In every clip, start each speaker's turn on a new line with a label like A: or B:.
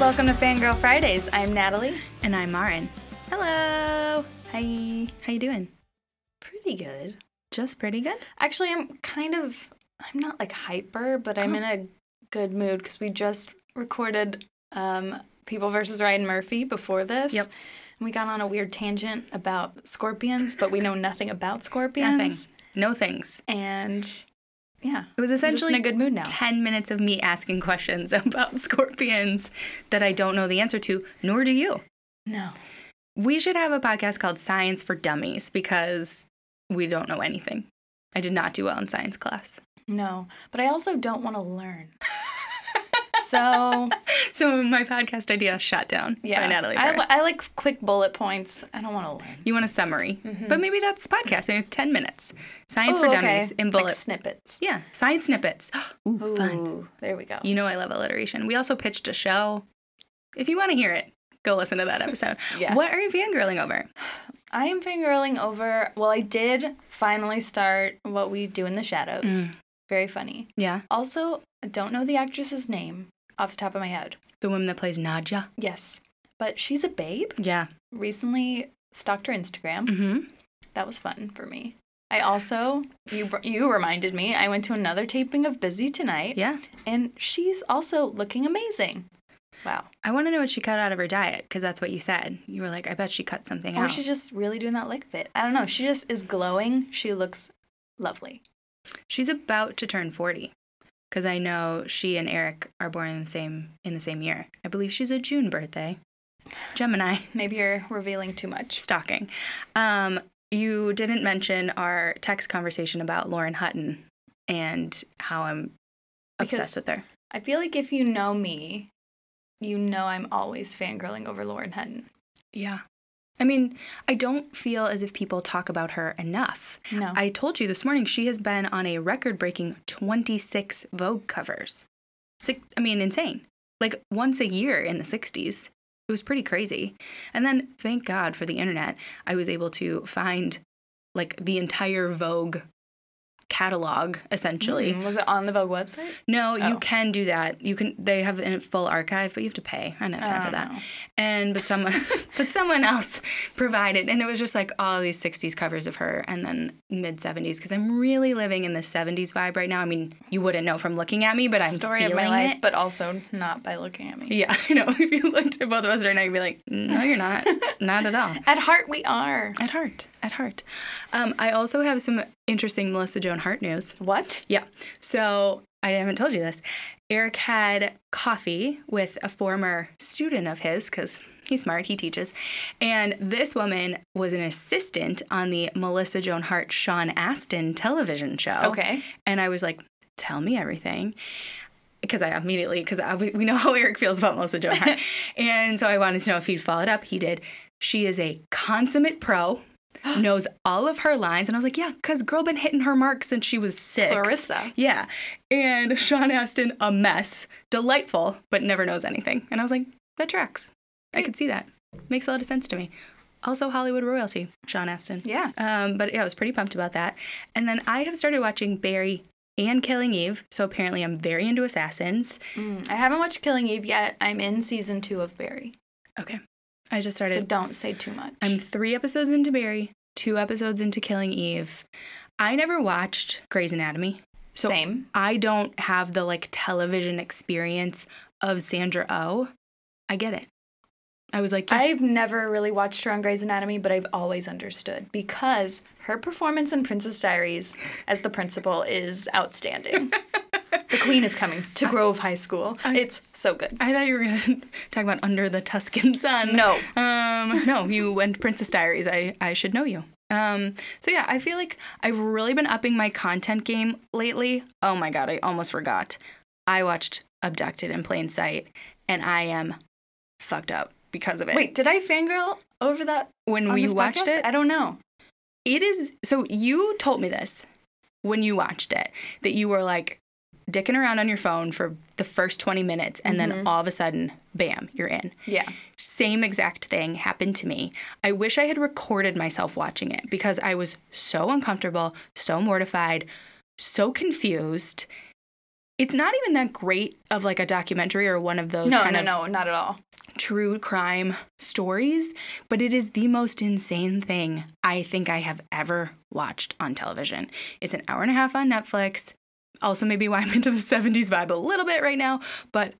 A: Welcome to Fangirl Fridays. I'm Natalie.
B: And I'm Marin.
A: Hello. Hi.
B: How you doing?
A: Pretty good.
B: Just pretty good.
A: Actually, I'm kind of I'm not like hyper, but I'm
B: Oh.
A: in a good mood cuz we just recorded um People versus Ryan Murphy before this.
B: Yep.
A: And we got on a weird tangent about scorpions, but we know nothing about scorpions.
B: No things.
A: And yeah.
B: It was
A: Essentially
B: essentially
A: in a good mood now.
B: 10 minutes of me asking questions about scorpions that I don't know the answer to, nor do you.
A: No.
B: We should have a podcast called Science for Dummies because we don't know anything. I did not do well in science class.
A: No. But I also don't want to learn. so
B: So my podcast idea shot down by Natalie.
A: I,
B: Burris.
A: I like quick bullet points. I don't want to learn.
B: you want a summary,
A: Mm-hmm.
B: but maybe that's the podcast, and it's 10 minutes. Science
A: Ooh,
B: for
A: Oh, okay.
B: Dummies in
A: Like
B: bullet.
A: snippets.
B: yeah, science snippets. Ooh, fun.
A: Ooh, there we go.
B: You know I love alliteration. We also pitched a show. If you want to hear it, go listen to that episode.
A: Yeah.
B: What are you fangirling over?
A: I am fangirling over. Well, I did finally start what we do in the shadows.
B: Mm.
A: Very funny.
B: Yeah.
A: Also, I don't know the actress's name off the top of my head.
B: The woman that plays Nadja.
A: Yes, but she's a babe.
B: Yeah.
A: Recently stalked her Instagram.
B: Mm-hmm.
A: That was fun for me. I also you br- you reminded me. I went to another taping of Busy tonight,
B: Yeah.
A: and she's also looking amazing. Wow.
B: I want to know what she cut out of her diet because that's what you said. You were like, I bet she cut something
A: Or
B: out.
A: she's just really doing that lick fit. I don't know. She just is glowing. She looks lovely.
B: She's about to turn 40 because I know she and Eric are born in the same in the same year. I believe she's a June birthday. Gemini.
A: Maybe you're revealing too much.
B: Stalking. Um, you didn't mention our text conversation about Lauren Hutton and how I'm obsessed
A: Because-
B: with her.
A: I feel like if you know me, you know I'm always fangirling over Lauren Hutton.
B: Yeah. I mean, I don't feel as if people talk about her enough.
A: No.
B: I told you this morning she has been on a record breaking 26 Vogue covers. Six, I mean, insane. Like once a year in the 60s. It was pretty crazy. And then thank God for the internet, I was able to find like the entire Vogue catalog essentially.
A: Mm, was it on the Vogue website?
B: No, you
A: Oh.
B: can do that. You can they have a full archive, but you have to pay. I don't have time
A: Oh,
B: for that
A: no.
B: and but someone but someone else provided and it was just like all these 60s covers of her and then mid 70s because i'm really living in the 70s vibe right now i mean you wouldn't know from looking at me but i'm
A: Story of
B: feeling
A: my life,
B: it.
A: but also not by looking at me.
B: yeah i know if you looked at both of us right now you'd be like "Mm, no you're not not at all
A: At heart, we are.
B: at heart at heart um, i also have some interesting melissa joan hart news
A: What?
B: yeah. So I haven't told you this. Eric had coffee with a former student of his because he's smart, he teaches. And this woman was an assistant on the Melissa Joan Hart Sean Astin television show.
A: Okay.
B: And I was like, tell me everything. Because I immediately, because we know how Eric feels about Melissa Joan Hart. and so I wanted to know if he'd followed up. He did. She is a consummate pro, knows all of her lines. And I was like, yeah, because girl been hitting her mark since she was six.
A: Clarissa.
B: Yeah. And Sean Astin, a mess, delightful, but never knows anything. And I was like, that tracks. I could see that. Makes a lot of sense to me. Also, Hollywood royalty, Sean Astin.
A: Yeah.
B: Um, but yeah, I was pretty pumped about that. And then I have started watching Barry and Killing Eve. So apparently, I'm very into assassins.
A: Mm, I haven't watched Killing Eve yet. I'm in season two of Barry.
B: Okay. I just
A: So
B: started.
A: don't say too much.
B: I'm three episodes into Barry, two episodes into Killing Eve. I never watched Grey's Anatomy. So
A: Same.
B: I don't have the like television experience of Sandra Oh. I get it. I was like, yeah,
A: I've never really watched her on Grey's Anatomy, but I've always understood because her performance in Princess Diaries as the principal is outstanding. the Queen is coming to Grove High School. it's so good.
B: I thought you were going to talk about Under the Tuscan Sun.
A: No.
B: Um, no, you went Princess Diaries. I, I should know you. Um, so yeah, I feel like I've really been upping my content game lately. Oh my God, I almost forgot. I watched Abducted in Plain Sight and I am fucked up because of it.
A: Wait, did I fangirl over that?
B: when
A: on
B: we
A: this
B: watched
A: podcast?
B: it,
A: I don't know.
B: it is so you told me this when you watched it that you were like dicking around on your phone for the first 20 minutes and
A: Mm-hmm.
B: then all of a sudden bam you're in
A: Yeah.
B: same exact thing happened to me i wish i had recorded myself watching it because i was so uncomfortable so mortified so confused it's not even that great of like a documentary or one of those
A: no,
B: kind
A: no,
B: of
A: no, not at all.
B: true crime stories, but it is the most insane thing I think I have ever watched on television. It's an hour and a half on Netflix. Also, maybe why I'm into the 70s vibe a little bit right now, but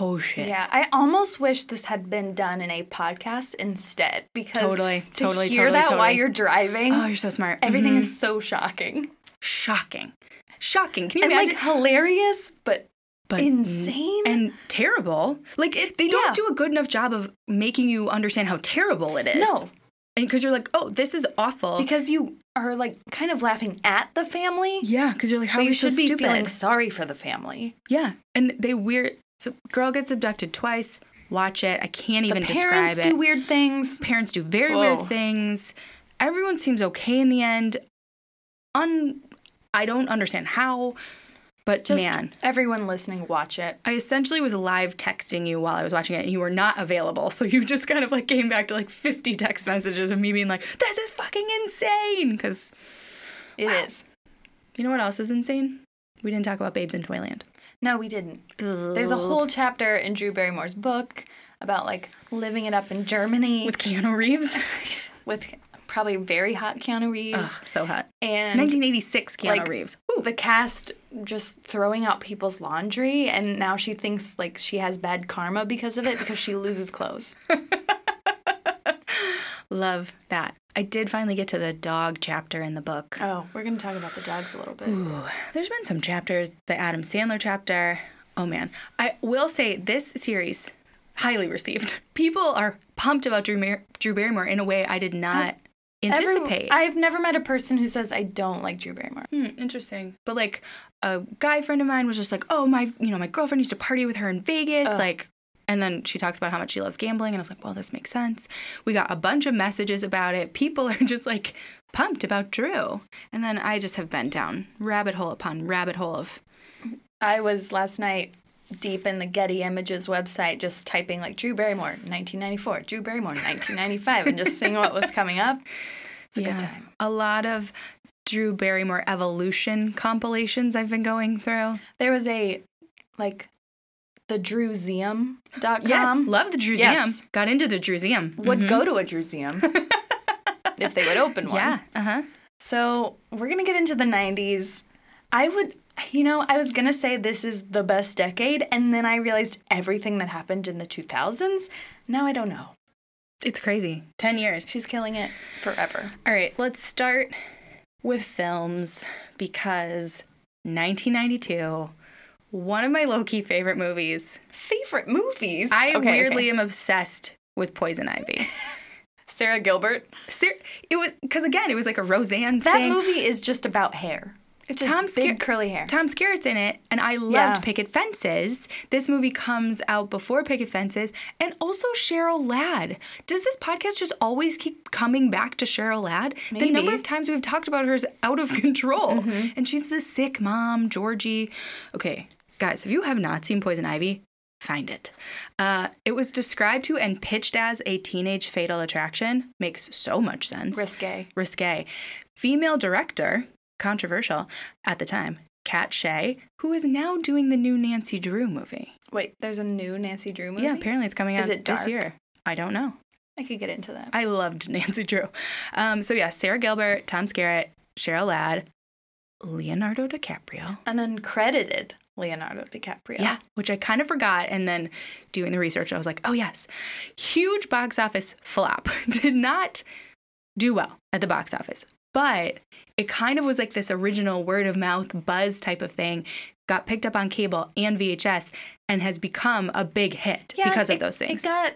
B: oh shit.
A: Yeah, I almost wish this had been done in a podcast instead because
B: Totally,
A: to
B: totally,
A: hear
B: totally,
A: that while
B: totally.
A: you're driving,
B: Oh, you're so smart.
A: everything
B: Mhm.
A: is so shocking
B: shocking. Shocking. Can you
A: and
B: imagine?
A: like hilarious, but
B: but
A: insane.
B: and terrible. Like it, they don't
A: Yeah.
B: do a good enough job of making you understand how terrible it is.
A: no,
B: and because you're like, oh, this is awful.
A: because you are like kind of laughing at the family,
B: yeah, because you're like, how
A: but
B: are
A: you
B: you so
A: should be
B: stupid?
A: feeling sorry for the family.
B: yeah, and they weird. So girl gets abducted twice. Watch it. I can't even
A: the parents
B: describe
A: do
B: it.
A: weird things.
B: parents do very
A: Whoa.
B: weird things. Everyone seems okay in the end. Un, I don't understand how, but
A: Just
B: man,
A: everyone listening, watch it.
B: I essentially was live texting you while I was watching it, and you were not available. So you just kind of like came back to like 50 text messages of me being like, this is fucking insane. Because
A: It is.
B: you know what else is insane? We didn't talk about Babes in Toyland.
A: No, we didn't. There's a whole chapter in Drew Barrymore's book about like living it up in Germany
B: with Keanu Reeves.
A: with probably very hot Keanu Reeves
B: Ugh, so hot.
A: and
B: 1986 Keanu
A: like,
B: Reeves.
A: the cast just throwing out people's laundry and now she thinks like she has bad karma because of it because she loses clothes.
B: Love that. I did finally get to the dog chapter in the book.
A: Oh, we're going to talk about the dogs a little bit.
B: Ooh, there's been some chapters, the Adam Sandler chapter. Oh man, I will say this series highly received. People are pumped about Drew, Mar- Drew Barrymore in a way I did not
A: Every-
B: anticipate.
A: I've never met a person who says I don't like Drew Barrymore.
B: Hmm, interesting. But like a guy friend of mine was just like, "Oh, my, you know, my girlfriend used to party with her in Vegas." Like and then she talks about how much she loves gambling and I was like, "Well, this makes sense." We got a bunch of messages about it. People are just like pumped about Drew. And then I just have been down rabbit hole upon rabbit hole of
A: I was last night deep in the Getty Images website just typing like Drew Barrymore 1994, Drew Barrymore 1995 and just seeing what was coming up. It's a good time.
B: A lot of Drew Barrymore evolution compilations I've been going through.
A: There was a like the drewseum.com
B: love the Druseum.
A: Yes.
B: Got into the Druseum.
A: would go to a drewseum if they would open one.
B: Yeah. Uh huh.
A: So, we're going to get into the 90s. I would you know, I was going to say this is the best decade and then I realized everything that happened in the 2000s. Now I don't know.
B: It's crazy. Ten
A: She's-
B: years.
A: She's killing it forever.
B: All right. Let's start with films because 1992, one of my low key favorite movies.
A: Favorite movies?
B: I
A: Okay,
B: weirdly
A: okay.
B: am obsessed with Poison Ivy.
A: Sarah Gilbert.
B: Ser- it was because again, it was like a Roseanne
A: That
B: thing.
A: movie is just about hair. It's just
B: Tom's
A: big
B: ca-
A: curly hair.
B: Tom Skerritt's in it, and I loved
A: Yeah.
B: Picket Fences. This movie comes out before Picket Fences, and also Cheryl Ladd. Does this podcast just always keep coming back to Cheryl Ladd? The number
A: Maybe. Mm-hmm.
B: of times we've talked about her is out of control, and she's the sick mom, Georgie. Okay, guys, if you have not seen Poison Ivy, find it. Uh, it was described to and pitched as a teenage fatal attraction. Makes so much sense
A: Risque.
B: risque. Female director, controversial at the time, Kat Shea, who is now doing the new Nancy Drew movie.
A: Wait, there's a new Nancy Drew movie?
B: Yeah, apparently it's coming out
A: Is it
B: this
A: dark?
B: year. I don't know.
A: I could get into that.
B: I loved Nancy Drew. Um, so yeah, Sarah Gilbert, Tom Skerritt, Cheryl Ladd, Leonardo DiCaprio.
A: An uncredited Leonardo DiCaprio.
B: Yeah, which I kind of forgot. And then doing the research, I was like, oh, yes. Huge box office flop. Did not do well at the box office, but it kind of was like this original word of mouth buzz type of thing. Got picked up on cable and VHS and has become a big hit
A: Yeah,
B: because
A: it-
B: of those things.
A: It got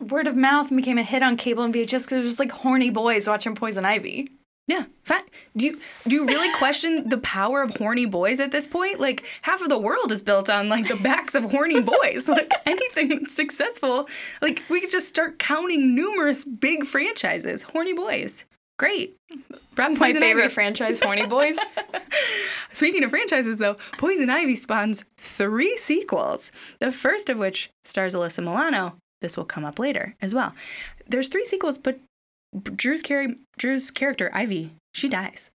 A: word of mouth and became a hit on cable and VHS because it was like horny boys watching Poison Ivy.
B: yeah. Fat. Do you do you really question the power of horny boys at this point? Like half of the world is built on like the backs of horny boys. Like anything that's successful, like we could just start counting numerous big franchises. Horny boys. Great. Brought
A: My
B: Poison
A: favorite
B: Ivy.
A: franchise, Horny Boys.
B: Speaking of franchises, though, Poison Ivy spawns three sequels, the first of which stars Alyssa Milano. This will come up later as well. There's three sequels, but Drew's, char- Drew's character, Ivy, she dies.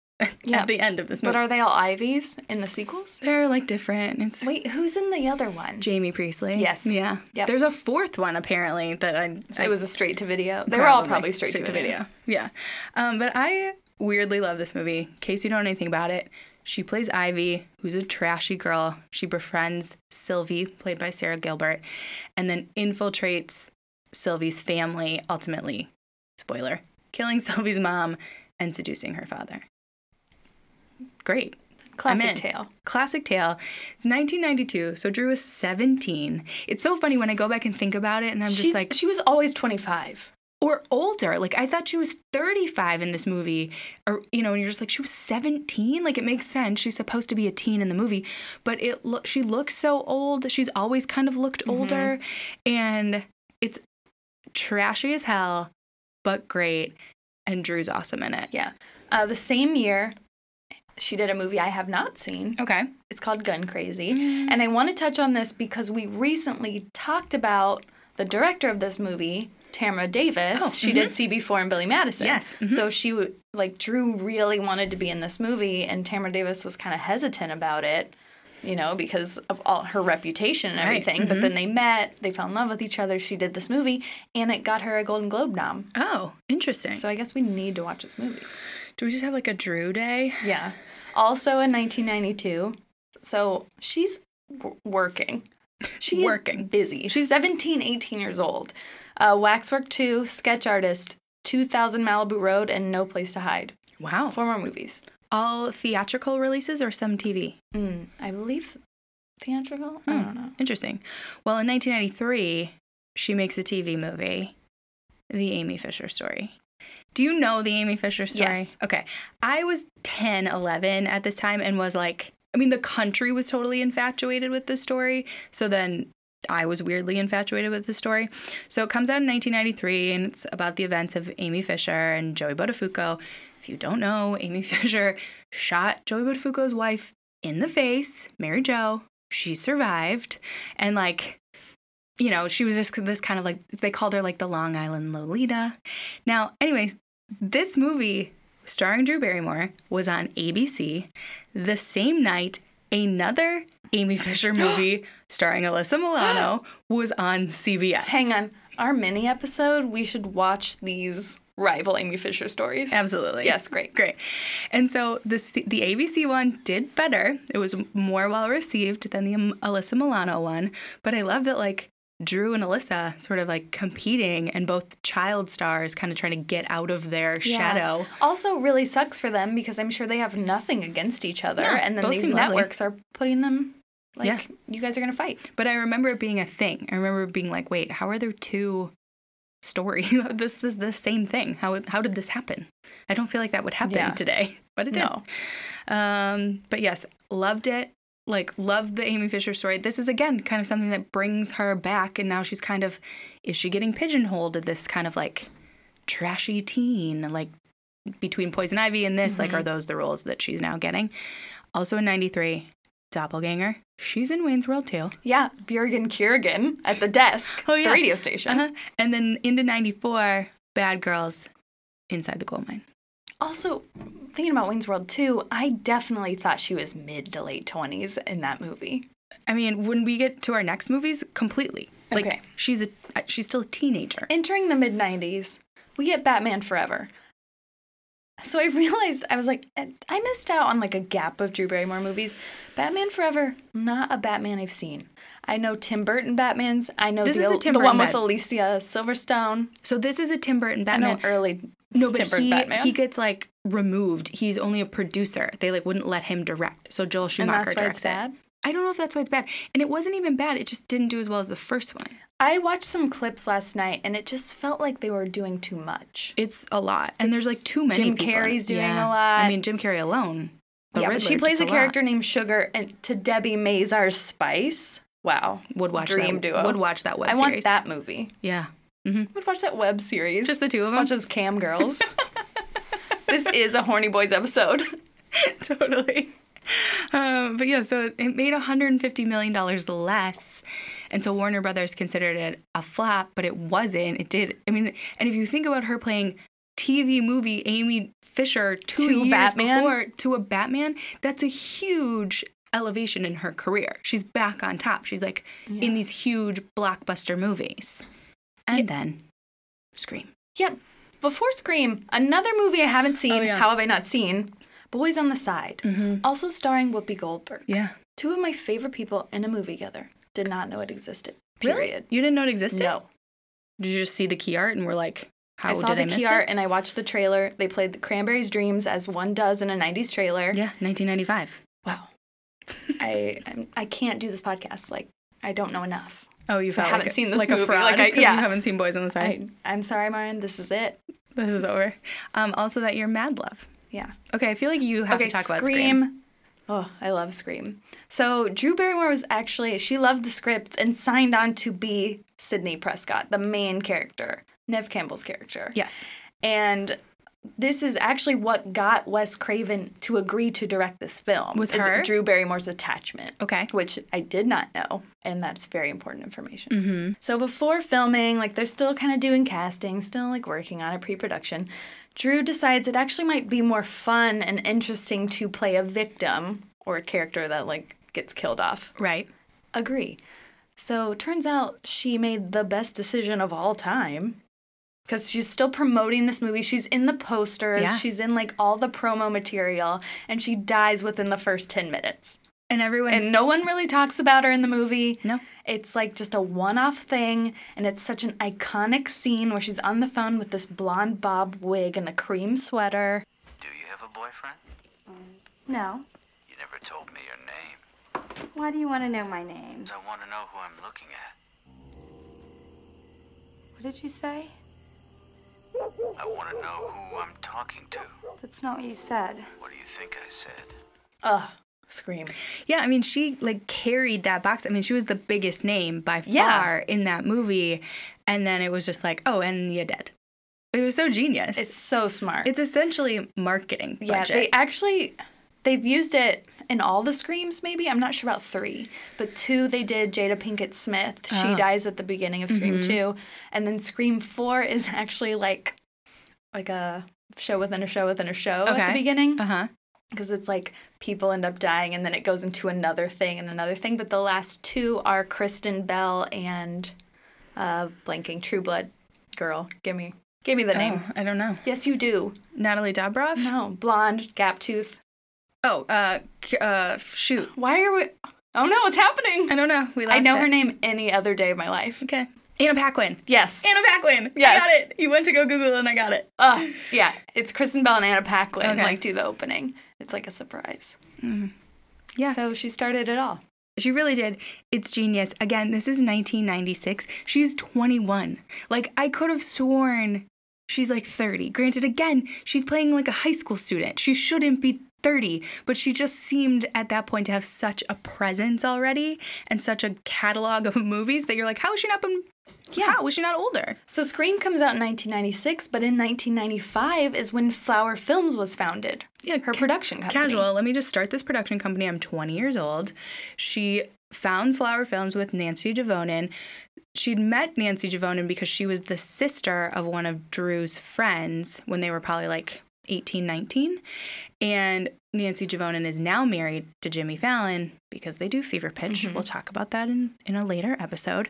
A: Yeah.
B: at the end of this
A: But
B: movie.
A: are they all Ivies in the sequels?
B: They're like different. It's
A: Wait, who's in the other one?
B: Jamie Priestley.
A: Yes.
B: Yeah.
A: Yep.
B: There's a fourth one apparently that I. I
A: It was a straight to video. They were all probably straight, to video.
B: Yeah. Um, but I weirdly love this movie. In case you don't know anything about it, she plays Ivy, who's a trashy girl. She befriends Sylvie, played by Sarah Gilbert, and then infiltrates Sylvie's family, ultimately, spoiler, killing Sylvie's mom and seducing her father. Great. I'm
A: Classic
B: in.
A: tale.
B: Classic tale. It's 1992, so Drew was 17. It's so funny when I go back and think about it, and I'm
A: She's,
B: just like,
A: she was always 25.
B: or older. Like I thought she was 35 in this movie, or you know, and you're just like she was 17. Like it makes sense. She's supposed to be a teen in the movie, but it lo- she looks so old. She's always kind of looked older, and it's trashy as hell, but great. And Drew's awesome in it.
A: Yeah. Uh, the same year, she did a movie I have not seen.
B: Okay.
A: It's called Gun Crazy.
B: Mm-hmm.
A: And I want to touch on this because we recently talked about the director of this movie, Tamara Davis.
B: Oh,
A: she did CB4 and Billy Madison.
B: Yes, mhm.
A: So she, w- like, Drew really wanted to be in this movie, and Tamara Davis was kind of hesitant about it. You know, because of all her reputation and everything.
B: Mm-hmm.
A: But then they met, they fell in love with each other. She did this movie, and it got her a Golden Globe nom.
B: Oh, interesting.
A: So I guess we need to watch this movie.
B: do we just have like a Drew day?
A: Yeah. Also in 1992. So she's w- working. She's
B: Working.
A: busy. She's 17, 18 years old. Uh, Waxwork 2, sketch artist, 2000 Malibu Road, and No Place to Hide.
B: Wow.
A: Four more movies.
B: all theatrical releases or some TV?
A: Mm, I believe theatrical? I don't know.
B: Interesting. Well, in 1993, she makes a TV movie, The Amy Fisher Story. Do you know The Amy Fisher Story?
A: Yes.
B: Okay. I was 10, 11 at this time and was like, I mean, the country was totally infatuated with this story. So then I was weirdly infatuated with the story. So it comes out in 1993 and it's about the events of Amy Fisher and Joey Buttafuoco. If you don't know, Amy Fisher shot Joey Buttafuoco's wife in the face, Mary Jo. She survived and like you know, she was just this kind of like they called her like the Long Island Lolita. Now, anyways, this movie starring Drew Barrymore was on ABC the same night another Amy Fisher movie starring Alyssa Milano was on CBS.
A: Hang on. Our mini episode, we should watch these rival Amy Fisher stories.
B: Absolutely.
A: Yes, great.
B: Great. And so the C- the ABC one did better. It was more well received than the um, Alyssa Milano one, but I love that like Drew and Alyssa sort of like competing and both child stars kind of trying to get out of their
A: Yeah.
B: shadow.
A: Also, really sucks for them because I'm sure they have nothing against each other,
B: No,
A: and then
B: both
A: these
B: seem lovely.
A: networks are putting them like
B: Yeah.
A: you guys are gonna fight.
B: But I remember it being a thing. I remember it being like, wait, how are there two stories? this this the same thing. How how did this happen? I don't feel like that would happen
A: Yeah.
B: today, but it did.
A: No.
B: Um, but yes, loved it. Like, loved the Amy Fisher story. This is again kind of something that brings her back, and now she's kind of is she getting pigeonholed to this kind of like trashy teen, like between Poison Ivy and this?
A: Mm-hmm.
B: Like, are those the roles that she's now getting? Also in '93, Doppelganger. She's in Wayne's World too.
A: Yeah, Bjergen Kiergan at the desk,
B: Oh, yeah.
A: the radio station.
B: Uh-huh. And then into '94, Bad Girls, Inside the Gold Mine.
A: Also, thinking about Wayne's World 2, I definitely thought she was mid to late 20s in that movie.
B: I mean, when we get to our next movies, completely. Like,
A: Okay.
B: she's a uh, she's still a teenager.
A: Entering the mid 90s, we get Batman Forever. So I realized I was like, I missed out on like a gap of Drew Barrymore movies. Batman Forever, not a Batman I've seen. I know Tim Burton Batman's. I know
B: This
A: the,
B: is a Tim
A: the
B: Burton
A: one with
B: Bat-
A: Alicia Silverstone.
B: So this is a Tim Burton
A: I know
B: Batman.
A: early.
B: No, but
A: Tim Burton
B: he,
A: Batman.
B: he gets like removed. He's only a producer. They like wouldn't let him direct. So Joel Schumacher
A: that's why
B: directs
A: it's bad?
B: it. I don't know if that's why it's bad. And it wasn't even bad. It just didn't do as well as the first one.
A: I watched some clips last night, and it just felt like they were doing too much.
B: It's a lot. And there's like too many.
A: Jim
B: people in it.
A: Carrey's doing a
B: Yeah.
A: lot.
B: I mean, Jim Carrey alone. The
A: yeah, but she
B: Riddler,
A: plays
B: just
A: a
B: lot.
A: character named Sugar, and to Debbie Mazar Spice. Wow,
B: Would watch
A: Dream
B: that,
A: Duo.
B: Would watch that web
A: I
B: series.
A: want that movie.
B: Yeah. hmm
A: Would watch that web series.
B: Just the two of them.
A: Watch those cam girls. this is a horny boys episode.
B: totally. Um, but yeah, so it made 150 million dollars less, and so Warner Brothers considered it a flop, but it wasn't. It did. I mean, and if you think about her playing TV movie Amy Fisher two
A: To
B: years
A: Batman?
B: before to a Batman, that's a huge elevation in her career. She's back on top. She's like in these huge blockbuster movies. And then Scream.
A: Yep. Before Scream, another movie I haven't seen.
B: Oh, yeah.
A: How have I not seen? Boys on the Side. Also starring Whoopi Goldberg.
B: Yeah.
A: Two of my favorite people in a movie together. Did not know it existed.
B: Period.
A: Period.
B: You didn't know it existed?
A: No.
B: Did you just see the key art and were like, how
A: I saw
B: did
A: the
B: I miss
A: key art
B: this?
A: and I watched the trailer. They played the Cranberries Dreams as one does in a 90s trailer.
B: yeah, 1995.
A: Wow. I I'm, I can't do this podcast. Like, I don't know enough.
B: Oh, you
A: So I
B: felt
A: haven't
B: like a-
A: seen this
B: like a
A: movie,
B: fraud
A: like I-
B: 'cause
A: yeah.
B: you haven't seen Boys on the Side.
A: I, I'm sorry, Marin. This is it.
B: This is over. Um, also, that you're Mad Love.
A: Yeah.
B: Okay, I feel like you have to talk about Scream.
A: Scream. Oh, I love Scream. So Drew Barrymore was actually she loved the script and signed on to be Sidney Prescott, the main character, Nev Campbell's character.
B: Yes.
A: And this is actually what got Wes Craven to agree to direct this film.
B: Was
A: is
B: her?
A: Drew Barrymore's attachment.
B: Okay.
A: Which I did not know, and that's very important information.
B: Mm-hmm.
A: So before filming, like they're still kind of doing casting, still like working on a pre-production. Drew decides it actually might be more fun and interesting to play a victim or a character that like gets killed off.
B: Right.
A: Agree. So turns out she made the best decision of all time because she's still promoting this movie. She's in the posters,
B: Yeah.
A: she's in like all the promo material, and she dies within the first 10 minutes.
B: And everyone.
A: And no one really talks about her in the movie.
B: no.
A: It's like just a one off thing, and it's such an iconic scene where she's on the phone with this blonde bob wig and the cream sweater.
C: Do you have a boyfriend?
D: No.
C: You never told me your name.
D: Why do you want to know my name?
C: I want to know who I'm looking at.
D: What did you say?
C: I want to know who I'm talking to.
D: That's not what you said.
C: What do you think I said?
A: Ugh, scream.
B: Yeah, I mean, she like carried that box. I mean, she was the biggest name by far
A: Yeah.
B: in that movie. And then it was just like, oh, and you're dead. It was so genius.
A: It's so smart.
B: it's essentially marketing budget.
A: Yeah, they actually they've used it in all the screams. Maybe I'm not sure about three, but two they did. Jada Pinkett Smith, she
B: Oh.
A: dies at the beginning of Scream
B: Mm-hmm.
A: two, and then Scream four is actually like like a show within a show within a show at
B: Okay.
A: the beginning
B: uh huh.
A: because it's like people end up dying and then it goes into another thing and another thing. But the last two are Kristen Bell and uh, blanking True Blood girl. Give me give me the name.
B: Oh, I don't know.
A: Yes, you do.
B: Natalie Dobrov?
A: No, blonde, gap tooth.
B: Oh, uh, c- uh, shoot.
A: Why are we? Oh no, it's happening.
B: I don't know. We
A: I
B: lost
A: know
B: it.
A: her name any other day of my life.
B: Okay. Anna Paquin.
A: Yes.
B: Anna Paquin.
A: Yes.
B: I got it. You went to go Google and I got it.
A: Ugh, Uh, yeah, it's Kristen Bell and Anna Paquin
B: Okay.
A: like do the opening. It's like a surprise.
B: Yeah.
A: Mm-hmm. So she started it all.
B: She really did. It's genius. Again, this is 1996. She's 21. Like, I could have sworn she's like 30. Granted, again, she's playing like a high school student. She shouldn't be 30, but she just seemed at that point to have such a presence already and such a catalog of movies that you're like, how is she not been. Yeah. How is she not older?
A: So Scream comes out in 1996, but in 1995 is when Flower Films was founded.
B: Yeah,
A: her
B: ca-
A: production company.
B: Casual. Let me just start this production company. I'm 20 years old. She founds Flower Films with Nancy Javonin. She'd met Nancy Javonin because she was the sister of one of Drew's friends when they were probably like 18, 19. And Nancy Javonin is now married to Jimmy Fallon because they do Fever Pitch.
A: Mm-hmm.
B: We'll talk about that in, in a later episode.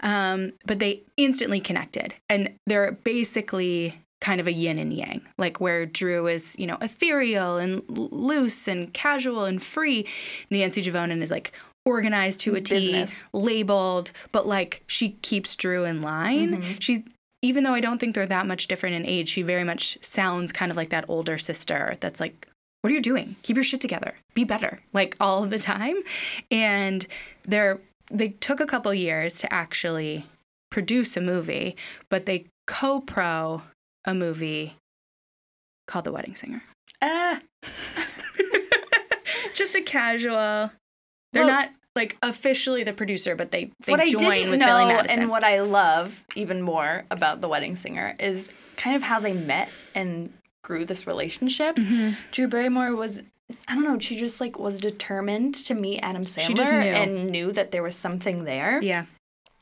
B: Um, but they instantly connected. And they're basically kind of a yin and yang, like where Drew is, you know, ethereal and l- loose and casual and free. Nancy Javonin is like organized to a T,
A: Business.
B: labeled, but like she keeps Drew in line. She even though I don't think they're that much different in age, she very much sounds kind of like that older sister that's like, What are you doing? Keep your shit together. Be better. Like all the time. And they're they took a couple years to actually produce a movie, but they co pro a movie called The Wedding Singer.
A: Ah,
B: Just a casual. They're
A: Well-
B: not like officially the producer, but they, they
A: what I
B: join
A: didn't
B: with
A: know
B: Billy Madison.
A: and what I love even more about The Wedding Singer is kind of how they met and grew this relationship.
B: Mm-hmm.
A: Drew Barrymore was I don't know, she just like was determined to meet Adam Sandler
B: She just knew.
A: and knew that there was something there.
B: yeah.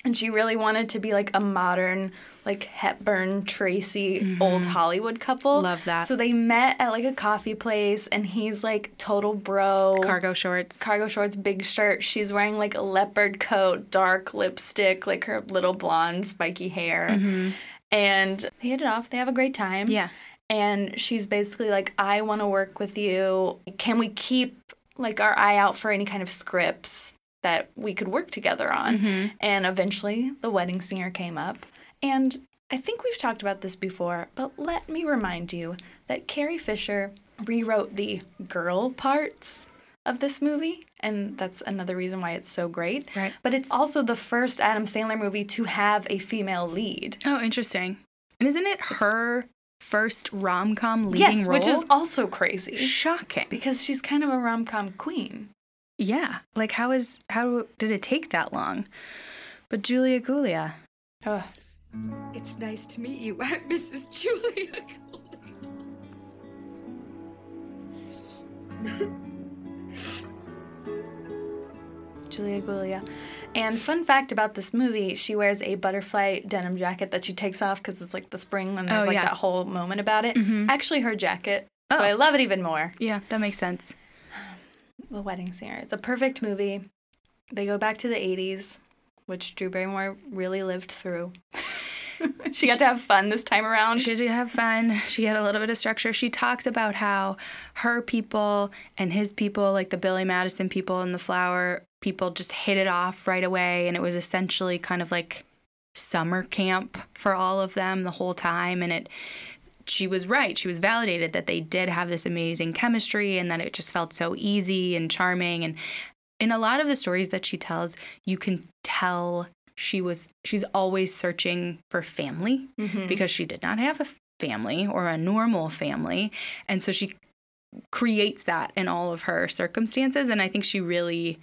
A: And she really wanted to be like a modern, like Hepburn, Tracy, old Hollywood couple.
B: Mm-hmm. Love that.
A: So they met at like a coffee place, and he's like total bro.
B: Cargo shorts.
A: cargo shorts, big shirt. She's wearing like a leopard coat, dark lipstick, like her little blonde spiky hair. And they hit it off. They have a great time.
B: Yeah.
A: And she's basically like, I want to work with you. Can we keep like our eye out for any kind of scripts that we could work together on? And eventually the wedding singer came up. And I think we've talked about this before, but let me remind you that Carrie Fisher rewrote the girl parts of this movie. And that's another reason why it's so great.
B: Right.
A: But it's also the first Adam Sandler movie to have a female lead.
B: Oh, interesting. And isn't it her first rom com leading
A: yes,
B: role?
A: which is also crazy
B: shocking.
A: because she's kind of a rom com queen.
B: Yeah. Like, how is how did it take that long? But Julia Gulia.
A: Ugh.
E: It's nice to meet you, Mrs. Julia. Golding.
A: Julia Gulia. And fun fact about this movie, she wears a butterfly denim jacket that she takes off because it's like the spring when there's
B: Oh,
A: like
B: yeah. Mm-hmm.
A: that whole moment about it. Actually, her jacket. So
B: Oh.
A: I love it even more.
B: Yeah, that makes sense.
A: The Wedding Singer. It's a perfect movie. They go back to the 80s, which Drew Barrymore really lived through. she got to have fun this time around.
B: She did have fun. She had a little bit of structure. She talks about how her people and his people, like the Billy Madison people and the flower people, just hit it off right away. And it was essentially kind of like summer camp for all of them the whole time. And it, she was right. She was validated that they did have this amazing chemistry and that it just felt so easy and charming. And in a lot of the stories that she tells, you can tell she was she's always searching for family
A: Mm-hmm.
B: because she did not have a family or a normal family and so she creates that in all of her circumstances and i think she really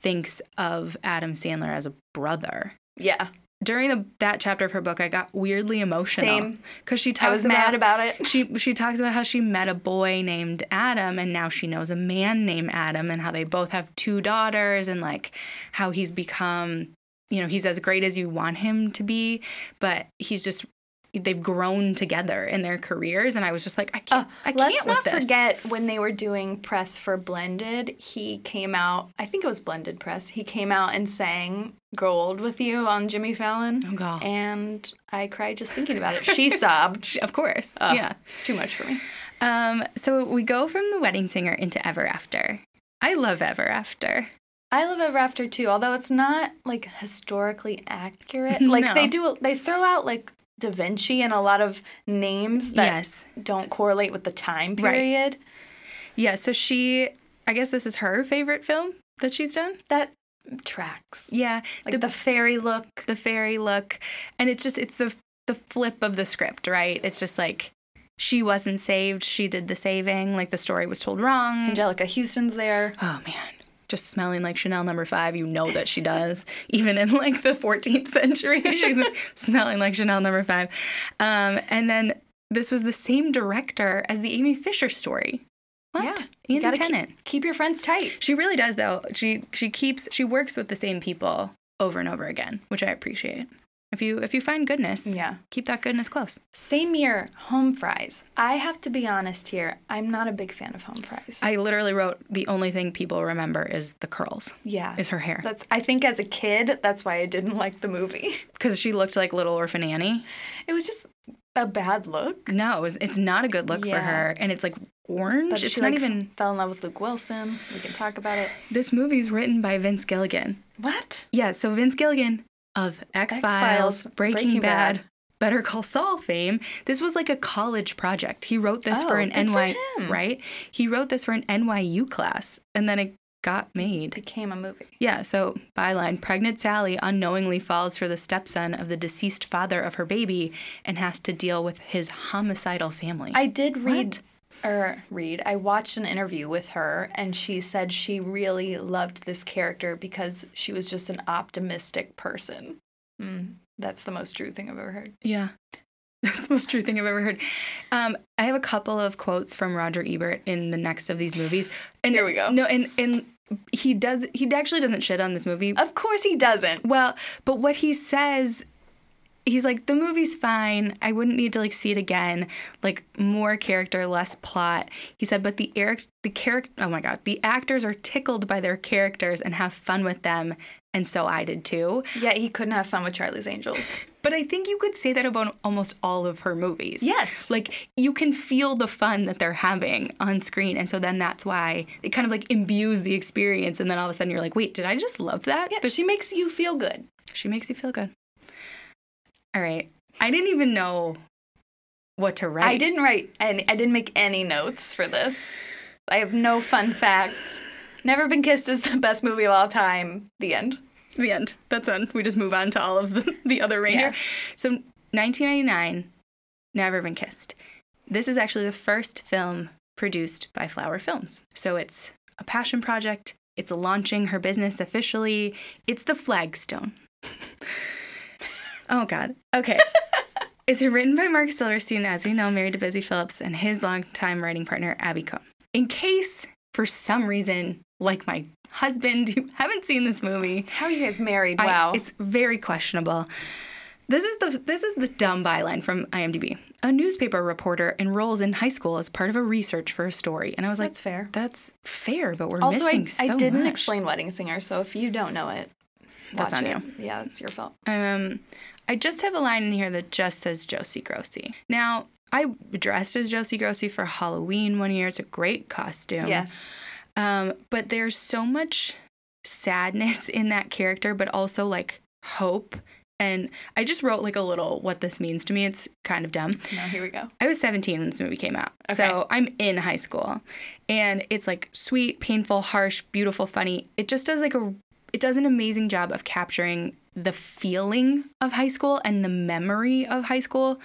B: thinks of adam sandler as a brother
A: yeah.
B: during the, that chapter of her book i got weirdly emotional
A: Same.
B: because she talks
A: I was mad about it.
B: she she talks about how she met a boy named Adam and now she knows a man named Adam and how they both have two daughters and like how he's become you know he's as great as you want him to be but he's just they've grown together in their careers and I was just like I
A: Uh,
B: can't I can't
A: let's
B: with
A: not
B: this.
A: forget when they were doing press for Blended, he came out, I think it was Blended Press, he came out and sang Grow Old With You on Jimmy Fallon.
B: Oh, God.
A: And I cried just thinking about it. She sobbed.
B: of course
A: Ugh,
B: yeah
A: It's too much for me.
B: um so we go from the wedding singer into ever after I love ever after
A: I Love Ever After too, although it's not like historically accurate. Like
B: No.
A: they do, they throw out like Da Vinci and a lot of names that
B: Yes.
A: don't correlate with the time
B: Right.
A: period.
B: yeah so she I guess this is her favorite film that she's done
A: That tracks.
B: yeah
A: Like the, fairy look.
B: the fairy look and it's just it's the the flip of the script right it's just like she wasn't saved she did the saving like the story was told wrong
A: Angelica Houston's there.
B: oh man just smelling like chanel number five you know that she does even in like the 14th century she's smelling like chanel number five um, and then this was the same director as the amy fisher story what
A: You
B: andy
A: gotta keep-
B: tennant
A: keep your friends tight.
B: she really does though. She she keeps she works with the same people over and over again, which I appreciate. If you if you find goodness,
A: Yeah.
B: keep that goodness close.
A: Same year, home fries. I have to be honest here. I'm not a big fan of home fries.
B: I literally wrote the only thing people remember is the curls,
A: yeah.
B: is her hair,
A: That's I think as a kid, that's why I didn't like the movie.
B: because she looked like Little Orphan Annie.
A: It was just a bad look.
B: No, it was, it's not a good look for
A: Yeah.
B: her, and it's like orange.
A: But
B: it's
A: she
B: not
A: like
B: even.
A: fell in love with Luke Wilson. We can talk about it.
B: This movie's written by Vince Gilligan.
A: What?
B: Yeah, so Vince Gilligan of X Files,
A: X-Files,
B: Breaking,
A: Breaking
B: Bad,
A: Bad.
B: Better Call Saul fame. This was like a college project. He wrote this for
A: Oh,
B: an
A: good for
B: NY
A: him.
B: right? He wrote this for an NYU class, and then it got made.
A: Became a movie.
B: Yeah, so byline: Pregnant Sally unknowingly falls for the stepson of the deceased father of her baby and has to deal with his homicidal family.
A: I did read or read. I watched an interview with her and she said she really loved this character because she was just an optimistic person. Mm, that's the most true thing I've ever heard.
B: Yeah. That's the most true thing I've ever heard. Um, I have a couple of quotes from Roger Ebert in the next of these movies. And
A: Here we go.
B: No, and and he does he actually doesn't shit on this movie.
A: Of course he doesn't.
B: Well, but what he says he's like the movie's fine. I wouldn't need to like see it again. Like more character, less plot. He said but the Eric the character oh my god, the actors are tickled by their characters and have fun with them. And so I did too.
A: Yeah, he couldn't have fun with Charlie's Angels.
B: But I think you could say that about almost all of her movies.
A: Yes.
B: Like you can feel the fun that they're having on screen. And so then that's why it kind of like imbues the experience. And then all of a sudden you're like, wait, did I just love that?
A: Yeah, she makes you feel good.
B: She makes you feel good. All right. I didn't even know what to write.
A: I didn't write any, I didn't make any notes for this. I have no fun facts. Never Been Kissed is the best movie of all time. The end.
B: The end. That's done. We just move on to all of the, the other reindeer.
A: Yeah.
B: So 1999, Never Been Kissed. This is actually the first film produced by Flower Films. So it's a passion project. It's launching her business officially. It's the flagstone. oh, God. Okay. It's written by Mark Silverstein, as we know, married to Busy Phillips, and his longtime writing partner, Abby Cohn. In case, for some reason, like my husband, you haven't seen this movie,
A: How are you guys married?
B: I-
A: Wow.
B: it's very questionable. This is the this is the dumb byline from IMDb. A newspaper reporter enrolls in high school as part of a research for a story, and I was like,
A: That's fair.
B: That's fair, but we're
A: also, I,
B: missing so
A: I didn't
B: much.
A: explain Wedding Singer, so if you don't know it,
B: That's
A: watch
B: on
A: it. Yeah, it's your fault.
B: Um, I just have a line in here that just says Josie Grossi. Now, I dressed as Josie Grossi for Halloween one year. It's a great costume.
A: Yes.
B: Um, but there's so much sadness in that character, but also like hope. And I just wrote like a little what this means to me. It's kind of dumb.
A: Now here we go.
B: I was 17 when this movie came out.
A: Okay.
B: So I'm in high school. And it's like sweet, painful, harsh, beautiful, funny. It just does like a it does an amazing job of capturing the feeling of high school and the memory of high school,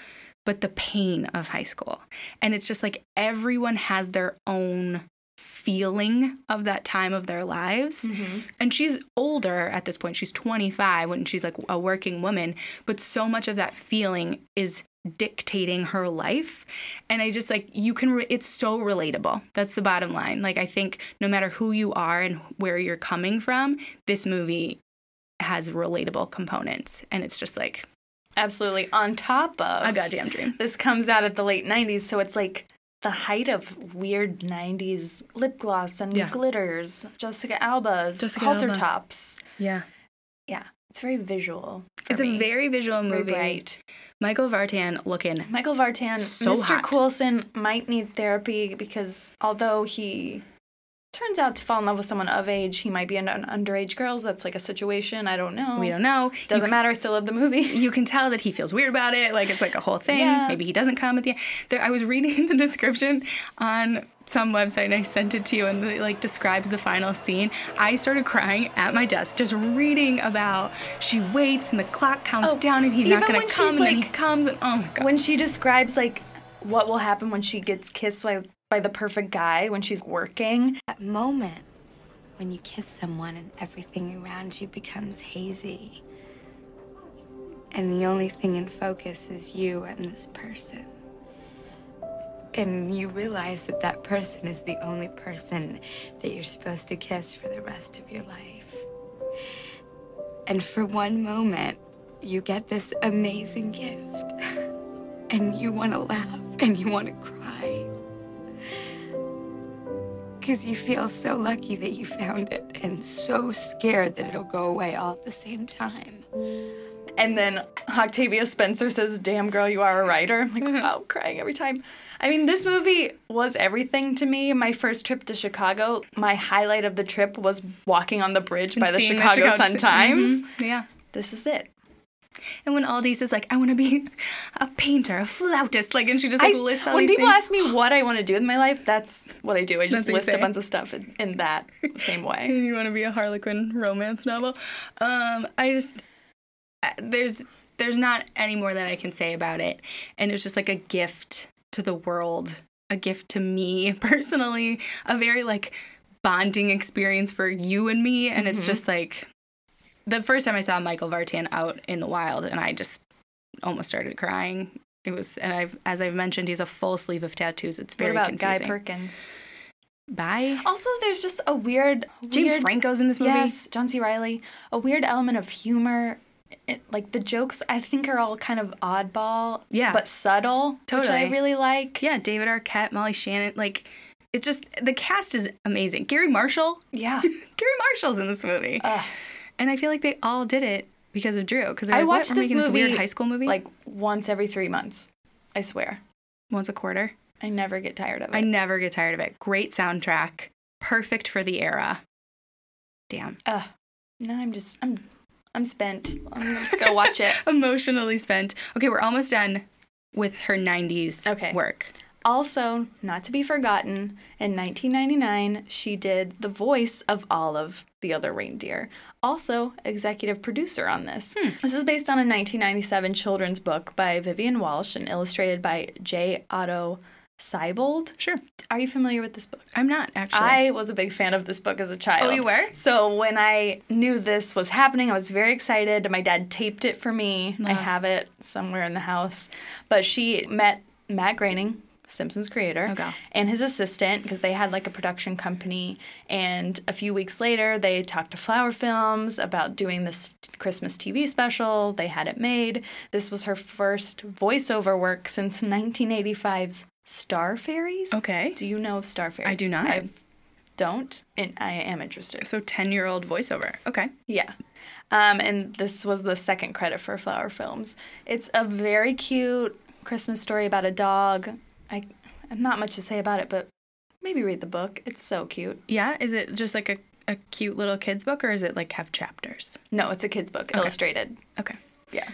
B: but the pain of high school. And it's just like everyone has their own feeling of that time of their lives.
A: Mm-hmm.
B: And she's older at this point. She's 25 when she's like a working woman, but so much of that feeling is dictating her life. And I just like, you can, re- it's so relatable. That's the bottom line. Like, I think no matter who you are and where you're coming from, this movie has relatable components. And it's just like
A: Absolutely. On top of
B: a goddamn dream.
A: this comes out at the late 90s so it's like the height of weird 90s lip gloss and
B: Yeah.
A: glitters jessica alba's
B: Jessica
A: halter
B: Alba.
A: tops
B: Yeah.
A: yeah it's very visual for
B: It's
A: me.
B: a very visual
A: Very
B: movie.
A: bright.
B: Michael Vartan looking.
A: michael vartan
B: So
A: mr
B: hot.
A: coulson might need therapy because although he turns out to fall in love with someone of age he might be into an underage girls that's like a situation i don't know
B: We don't know. You
A: Oh. doesn't matter i still love the movie
B: you can tell that he feels weird about it. Like it's like a whole thing.
A: Yeah.
B: Maybe he doesn't come at the end. There, I was reading the description on some website and I sent it to you, and it like describes the final scene. I started crying at my desk just reading about she waits and the clock counts
A: Oh,
B: down and he's
A: even
B: not gonna
A: when she's
B: come and then he
A: like-
B: comes and oh my god.
A: when she describes like what will happen when she gets kissed by, by the perfect guy when she's working
D: That moment when you kiss someone and everything around you becomes hazy. And the only thing in focus is you and this person. And you realize that that person is the only person that you're supposed to kiss for the rest of your life. And for one moment, you get this amazing gift. and you want to laugh and you want to cry. Because you feel so lucky that you found it and so scared that it'll go away all at the same time.
A: And then Octavia Spencer says, Damn girl, you are a writer. I'm like, wow, crying every time. I mean, this movie was everything to me. My first trip to Chicago, my highlight of the trip was walking on the bridge by the
B: Seeing
A: Chicago, Sun Mm-hmm. Times.
B: Mhm. Yeah.
A: This is it.
B: And when Aldi's is like, I want to be a painter, a flautist, like, and she just like
A: I-
B: lists all
A: when
B: these
A: people
B: things.
A: ask me what I want to do with my life, that's what I do. I just
B: That's what you
A: list a
B: say.
A: bunch of stuff in, in that same way.
B: and you want to be a Harlequin romance novel. Um, I just I- there's there's not any more that I can say about it, and it's just like a gift to the world, a gift to me personally, a very like bonding experience for you and me, and
A: Mm-hmm.
B: it's just like the first time I saw Michael Vartan out in the wild, and I just almost started crying. It was, and I've as I've mentioned, he's a full sleeve of tattoos. It's very
A: what about
B: confusing.
A: Guy Perkins?
B: Bye.
A: Also, there's just a weird
B: James
A: weird,
B: Franco's in this movie.
A: Yes, John C. Riley. A weird element of humor. It- like the jokes, I think are all kind of oddball,
B: Yeah.
A: but subtle, which I
B: Totally.
A: really like.
B: Yeah, David Arquette, Molly Shannon. Like, it's just the cast is amazing. Gary Marshall.
A: Yeah,
B: Gary Marshall's in this movie.
A: Ugh.
B: and I feel like they all did it because of Drew. Because
A: I
B: like,
A: watch
B: what, we're
A: this
B: making
A: movie
B: this weird high school movie
A: like once every three months. I swear,
B: once a quarter.
A: I never get tired of it.
B: I never get tired of it. Great soundtrack, perfect for the era. Damn,
A: Ugh. No, I'm just I'm I'm spent. I'm just gonna watch it.
B: emotionally spent. Okay, we're almost done with her '90s
A: Okay.
B: work.
A: Also, not to be forgotten, in 1999, she did the voice of Olive, the other reindeer, also executive producer on this. This is based on a 1997 children's book by Vivian Walsh and illustrated by J. Otto Seibold.
B: Sure,
A: Are you familiar with this book?
B: I'm not actually.
A: I was a big fan of this book as a child.
B: Oh, you were?
A: So when I knew this was happening, I was very excited. My dad taped it for me. I
B: Love.
A: have it somewhere in the house. But she met Matt Groening, Simpsons creator,
B: Okay.
A: and his assistant because they had like a production company. And a few weeks later, they talked to Flower Films about doing this Christmas TV special. They had it made. This was her first voiceover work since 1985's Star Fairies.
B: Okay.
A: Do you know of Star Fairies?
B: I do not.
A: I don't, and I am interested.
B: so ten-year-old voiceover. Okay.
A: Yeah. Um, and this was the second credit for Flower Films. It's a very cute Christmas story about a dog. I not much to say about it, but maybe read the book. It's so cute.
B: Yeah, is it just like a, a cute little kids book, or is it like have chapters?
A: No, it's a kid's book, illustrated.
B: Okay.
A: Yeah.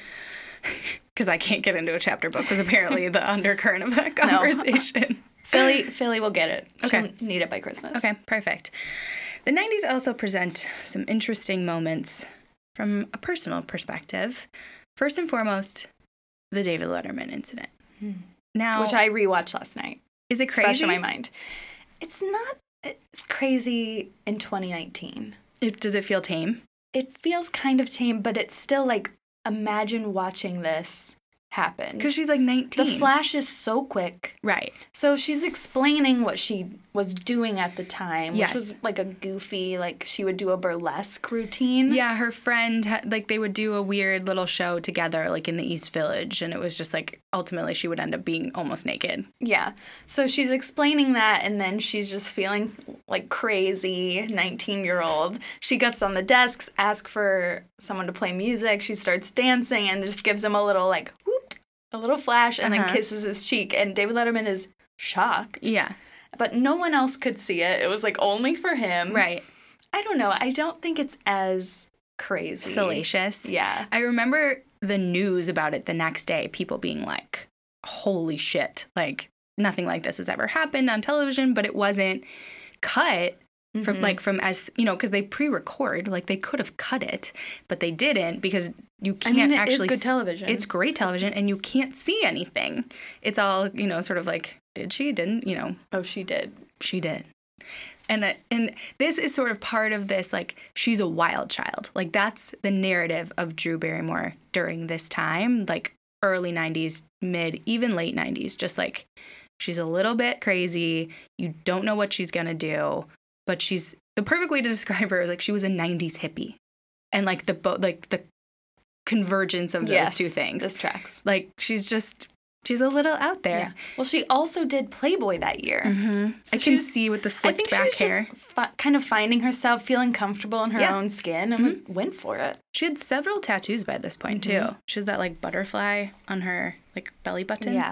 B: Because I can't get into a chapter book was apparently the undercurrent of that conversation.
A: Philly, Philly will get it.
B: Okay.
A: She'll need it by Christmas.
B: Okay, perfect. The 90s also present some interesting moments from a personal perspective. First and foremost, the David Letterman incident. Now,
A: Hmm. Which I rewatched last night.
B: is it
A: It's
B: crazy?
A: fresh in my mind. It's not. It's crazy in 2019.
B: It- does it feel tame?
A: it feels kind of tame, but it's still like imagine watching this happen.
B: Because she's like 19.
A: the flash is so quick.
B: Right.
A: So she's explaining what she was doing at the time,
B: Yes.
A: which was like a goofy, like she would do a burlesque routine.
B: Yeah, her friend, ha- like they would do a weird little show together, like in the East Village. And it was just like ultimately she would end up being almost naked.
A: Yeah. So she's explaining that, and then she's just feeling like crazy 19 year old. She gets on the desks, asks for someone to play music. She starts dancing and just gives him a little, like, whoop, a little flash, and
B: Uh-huh.
A: then kisses his cheek. And David Letterman is shocked,
B: Yeah.
A: but no one else could see it. It was like only for him.
B: Right.
A: I don't know. I don't think it's as crazy.
B: Salacious.
A: Yeah.
B: I remember the news about it the next day, people being like, holy shit, like nothing like this has ever happened on television, but it wasn't cut
A: Mm-hmm.
B: from like from as you know because they pre-record like they could have cut it but they didn't because you
A: I
B: can't
A: mean, it is
B: actually
A: good
B: s-
A: television.
B: it's great television and you can't see anything it's all you know sort of like did she didn't you know
A: Oh, she did.
B: she did and I- and this is sort of part of this like she's a wild child like that's the narrative of drew barrymore during this time like early 90s mid even late 90s just like she's a little bit crazy you don't know what she's gonna do but she's the perfect way to describe her is like she was a 90s hippie and like the bo- like the convergence of those
A: yes,
B: two things
A: This tracks.
B: like she's just she's a little out
A: Yeah.
B: there
A: Well, she also did Playboy that year.
B: Mhm.
A: So
B: i
A: she
B: can
A: was-
B: see with the
A: I
B: slicked
A: think
B: back
A: she was
B: hair
A: just fi- kind of finding herself, feeling comfortable in her
B: Yeah.
A: own skin, and went for it.
B: She had several tattoos by this point
A: Mm-hmm.
B: too. She has that like butterfly on her like belly button.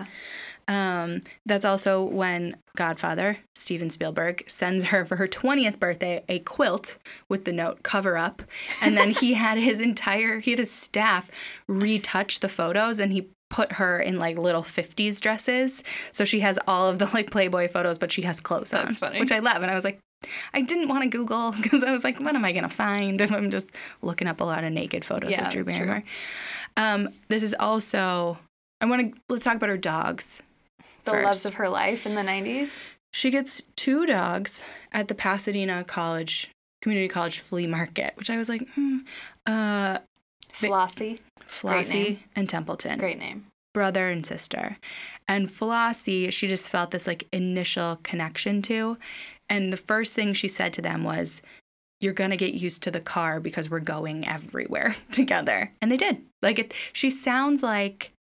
B: Um, that's also when Godfather Steven Spielberg sends her for her twentieth birthday a quilt with the note "cover up," and then he had his entire he had his staff retouch the photos and he put her in like little 50s dresses so she has all of the like playboy photos but she has clothes
A: That's
B: on
A: funny.
B: which i love and i was like i didn't want to google because i was like what am i going to find if i'm just looking up a lot of naked photos
A: Yeah,
B: of drew
A: that's true.
B: barrymore um, this is also i want to let's talk about her dogs
A: the
B: first.
A: loves of her life in the '90s.
B: she gets two dogs at the Pasadena College Community College flea market, which I was like, hmm. Uh,
A: Flossie, name.
B: Flossie and Templeton,
A: great name.
B: brother and sister. And Flossie, she just felt this like initial connection to. And the first thing she said to them was, You're going to get used to the car because we're going everywhere together. And they did. Like, it, she sounds like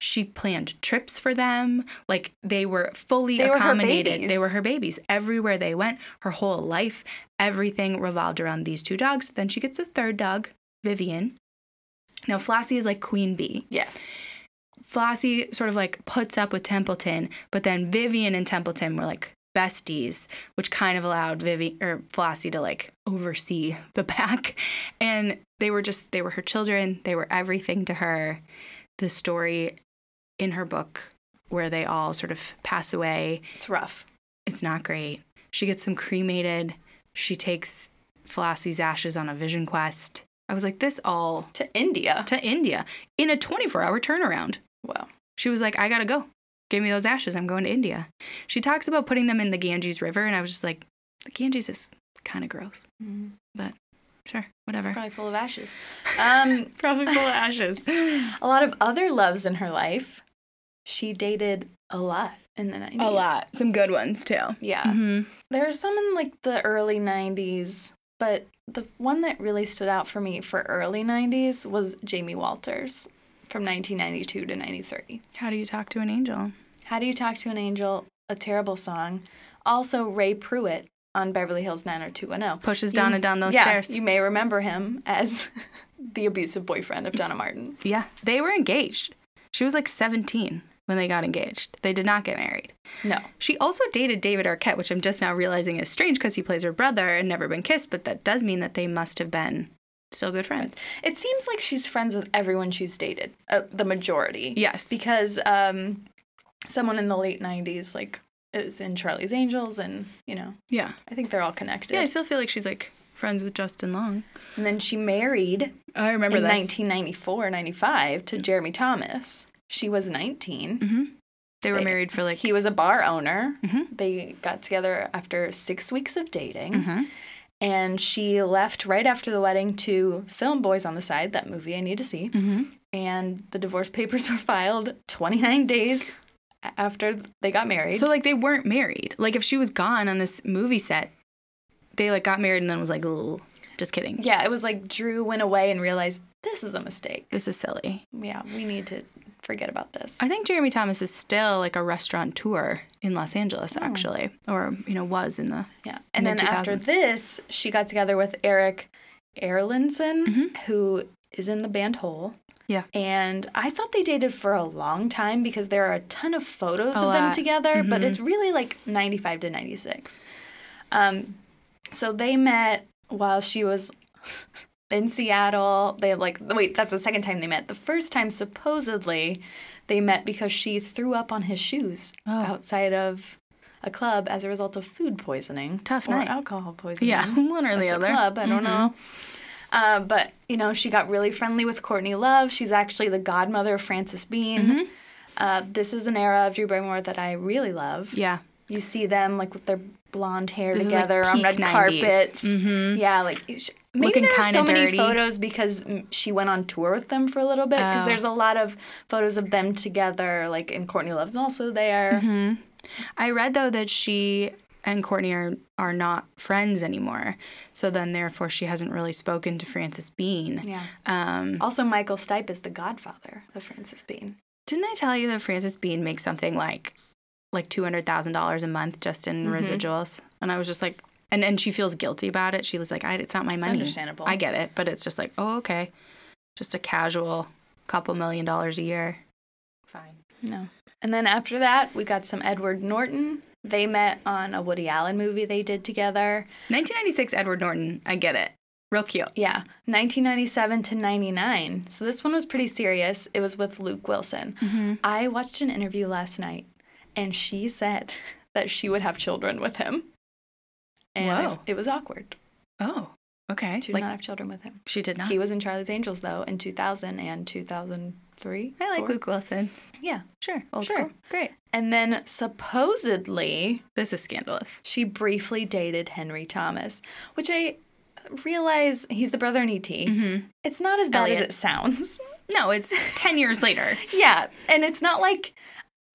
B: she planned trips for them. Like, they were fully
A: They were her
B: accommodated.
A: babies.
B: they were her babies. Everywhere they went, her whole life, everything revolved around these two dogs. Then she gets a third dog, Vivian. Now, Flossie is like Queen Bee.
A: Yes.
B: Flossie sort of like puts up with Templeton, but then Vivian and Templeton were like besties, which kind of allowed Vivian or Flossie to like oversee the pack. And they were just they were her children, they were everything to her. The story in her book where they all sort of pass away,
A: It's rough.
B: it's not great. She gets them cremated. She takes Flossie's ashes on a vision quest. I was like, this all
A: To India.
B: to India in a 24 hour turnaround.
A: Wow.
B: She was like, I gotta go. Give me those ashes. I'm going to India. She talks about putting them in the Ganges River, and I was just like, the Ganges is kind of gross, but sure, whatever.
A: Probably full of ashes. Um,
B: Probably full of ashes.
A: a lot of other loves in her life. She dated a lot in the 90s.
B: Some good ones, too.
A: Yeah.
B: hmm
A: There are some in like the early 90s, but the one that really stood out for me for early 90s was Jamie Walters from 1992 to 93.
B: How do you talk to an angel?
A: How Do You Talk to an Angel? A terrible song. Also, Ray Pruitt on Beverly Hills 90210.
B: Pushes Donna down those
A: yeah,
B: stairs.
A: You may remember him as the abusive boyfriend of Donna Martin.
B: Yeah. They were engaged. She was like 17 when they got engaged. They did not get married.
A: No.
B: She also dated David Arquette, which I'm just now realizing is strange because he plays her brother and never been kissed, but that does mean that they must have been still good friends.
A: It seems like she's friends with everyone she's dated, uh, the majority.
B: Yes.
A: Because um, someone in the late 90s, like, is in Charlie's Angels, and, you know,
B: Yeah.
A: I think they're all connected.
B: Yeah, I still feel like she's like friends with Justin Long.
A: And then she married
B: I remember
A: in 1994, 95 to Jeremy Thomas. She was 19.
B: They were
A: they-
B: married for like
A: He was a bar owner.
B: Mhm.
A: They got together after six weeks of dating. And she left right after the wedding to film Boys on the Side, that movie I need to see. And the divorce papers were filed 29 days a- after they got married.
B: So like they weren't married. Like if she was gone on this movie set, they like got married and then was like, "Ugh, just kidding.
A: yeah, it was like Drew went away and realized this is a mistake.
B: This is silly.
A: Yeah, we need to forget about this.
B: I think Jeremy Thomas is still like a restaurateur in Los Angeles,
A: Oh.
B: actually, or you know was in the
A: Yeah. And then after
B: mid-2000s.
A: this, she got together with Eric Erlinson, who is in the band Hole.
B: Mm-hmm. Yeah.
A: And I thought they dated for a long time because there are a ton of photos
B: A
A: of them
B: lot. Mm-hmm.
A: together, but it's really like 95 to 96. Um, so they met while she was in Seattle. They like, wait, that's the second time they met. The first time, supposedly, they met because she threw up on his shoes
B: Oh.
A: outside of a club as a result of food poisoning.
B: Tough
A: or
B: night.
A: alcohol poisoning.
B: yeah one or the
A: That's a
B: other
A: club. I don't
B: Mhm.
A: know. Uh, but you know, she got really friendly with Courtney Love. She's actually the godmother of Frances Bean.
B: Mm-hmm.
A: Uh, this is an era of Drew Barrymore that I really love.
B: Yeah,
A: You see them like with their blonde hair
B: This is, like,
A: together on
B: peak
A: red
B: 90s.
A: carpets. Yeah, like sh- maybe
B: Looking
A: there are
B: kinda
A: so many
B: dirty.
A: photos because mm, she went on tour with them for a little bit. Because
B: Oh.
A: there's a lot of photos of them together, like and Courtney Love's also there.
B: Mm-hmm. I read though that she and Courtney are are not friends anymore. So then therefore she hasn't really spoken to Frances Bean.
A: Yeah.
B: Um,
A: Also, Michael Stipe is the godfather of Frances Bean.
B: didn't I tell you that Frances Bean makes something like like two hundred thousand dollars a month just in residuals? And I was just like, and and she feels guilty about it. She was like, I, it's not my
A: It's
B: money.
A: understandable.
B: I get it, but it's just like, oh okay, just a casual couple million dollars a year. Fine.
A: No. And then after that, we got some Edward Norton. They met on a Woody Allen movie they did together.
B: 1996 Edward Norton. I get it. Real cute.
A: Yeah, 1997 to 99. So this one was pretty serious. It was with Luke Wilson.
B: Mm-hmm.
A: I watched an interview last night, and she said that she would have children with him. And I-
B: Whoa.
A: it was awkward.
B: Oh, okay.
A: She did
B: like
A: not have children with him.
B: she did not.
A: He was in Charlie's Angels, though, in 2000 and 2003.
B: I like
A: four?
B: Luke Wilson.
A: Yeah.
B: Sure. Old
A: Sure.
B: school. Great.
A: And then supposedly
B: This is scandalous.
A: She briefly dated Henry Thomas, which I realize he's the brother in ET. It's not as bad
B: Mm-hmm. Elliot.
A: as it sounds.
B: No, it's 10 years later.
A: Yeah, and it's not like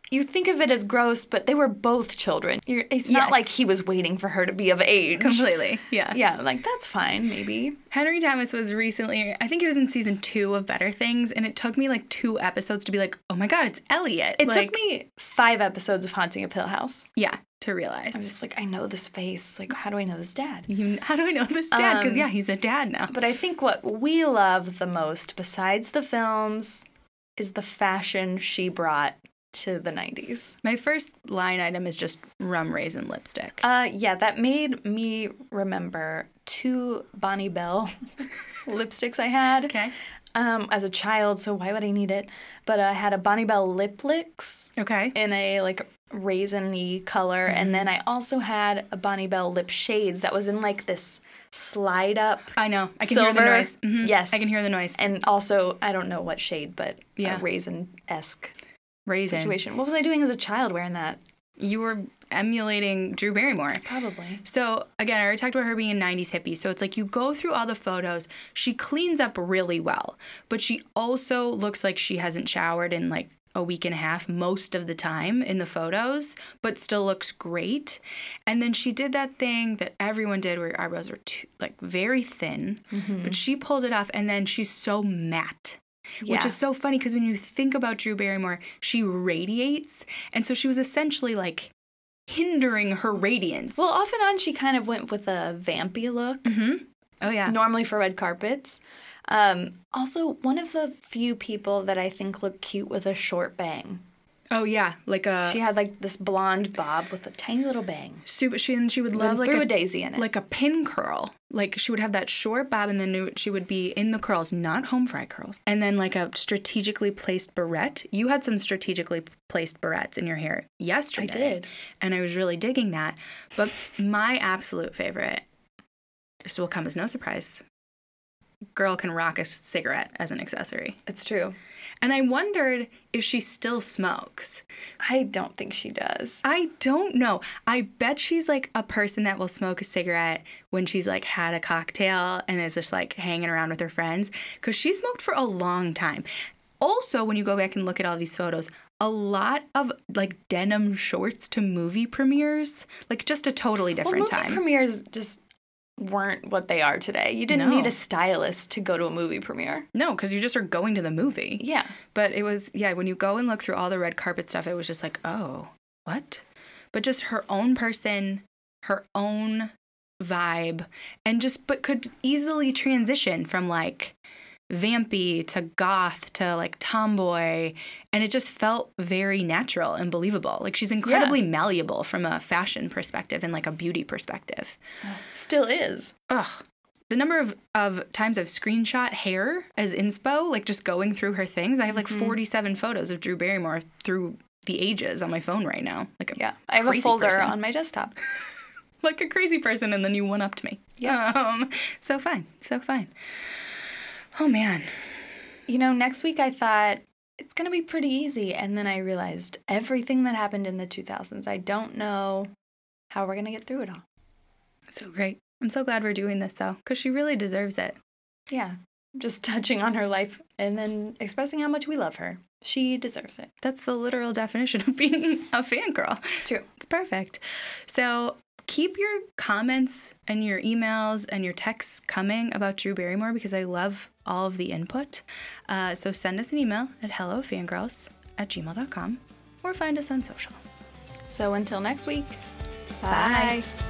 A: you think of it as gross, but they were both children. You're, it's not
B: Yes.
A: like he was waiting for her to be of age.
B: Completely. Yeah.
A: Yeah, like that's fine, maybe.
B: Henry Thomas was recently, I think he was in season two of Better Things, and it took me like two episodes to be like, oh my God, it's Elliot.
A: It
B: Like,
A: took me five episodes of Haunting of Hill House.
B: Yeah, to realize.
A: I was just like, I know this face. Like, how do I know this dad?
B: You- how do I know this dad? Because,
A: Um,
B: yeah, he's a dad now.
A: But I think what we love the most, besides the films, is the fashion she brought to the 90s.
B: My first line item is just rum raisin lipstick.
A: Uh, yeah, that made me remember two Bonnie Bell lipsticks I had um, as a child, so why would I need it? But uh, I had a Bonnie Bell lip licks
B: Okay.
A: in a like raisiny color, and then I also had a Bonnie Bell lip shades that was in like this slide up.
B: I know. I can hear
A: silver.
B: the noise. Mhm.
A: Yes.
B: I can hear the noise.
A: And also, I don't know what shade, but
B: Yeah.
A: a raisin esque
B: raisin.
A: situation. What was I doing as a child wearing that?
B: You were emulating Drew Barrymore.
A: Probably.
B: So again, I already talked about her being a 90s hippie. So it's like you go through all the photos. She cleans up really well, but she also looks like she hasn't showered in like a week and a half most of the time in the photos, but still looks great. And then she did that thing that everyone did where your eyebrows are too, like very thin,
A: Mm-hmm.
B: but she pulled it off and then she's so matte. Which
A: Yeah.
B: is so funny because when you think about Drew Barrymore, she radiates. And so she was essentially like hindering her radiance.
A: Well, off and on, she kind of went with a vampy look,
B: Oh yeah.
A: normally for red carpets. Um, also, one of the few people that I think looked cute with a short bang.
B: Oh yeah. Like a
A: She had like this blonde bob with a tiny little bang.
B: super. She and she would love
A: Run
B: like
A: through a daisy in it.
B: like a pin curl. Like she would have that short bob, and then it- she would be in the curls, not home fry curls, and then like a strategically placed barrette. You had some strategically placed barrettes in your hair yesterday.
A: did.
B: and I was really digging that. But my absolute favorite. This will come as no surprise. Girl can rock a cigarette as an accessory.
A: It's true.
B: And I wondered if she still smokes.
A: I don't think she does.
B: I don't know. I bet she's like a person that will smoke a cigarette when she's like had a cocktail and is just like hanging around with her friends because she smoked for a long time. Also, when you go back and look at all these photos, a lot of like denim shorts to movie premieres, like just a totally
A: Well,
B: different
A: movie
B: time.
A: premieres just weren't what they are today. You didn't
B: No.
A: need a stylist to go to a movie premiere.
B: no, because you just are going to the movie.
A: Yeah.
B: But it was, yeah, when you go and look through all the red carpet stuff, it was just like, oh, what? But just her own person, her own vibe, and just, but could easily transition from like vampy to goth to like tomboy. And it just felt very natural and believable. Like she's incredibly malleable from a fashion perspective and like a beauty perspective.
A: Still is.
B: Ugh. The number of, of times I've screenshot hair as inspo, like just going through her things. I have like 47 photos of Drew Barrymore through the ages on my phone right now. Like a,
A: Yeah. I have a
B: Crazy
A: folder
B: person.
A: on my desktop.
B: like a crazy person, and then you one upped me. Yeah. Um, so fine. So fine. Oh, man.
A: You know, next week I thought it's going to be pretty easy. And then I realized everything that happened in the 2000s, I don't know how we're going to get through it all.
B: So great. I'm so glad we're doing this, though, because she really deserves it.
A: Yeah. Just touching on her life and then expressing how much we love her. She deserves it.
B: That's the literal definition of being a fangirl.
A: True.
B: It's perfect. So keep your comments and your emails and your texts coming about Drew Barrymore because I love all of the input. Uh, so send us an email at hellofangirls at gmail.com or find us on social.
A: So until next week,
B: Bye.
A: bye.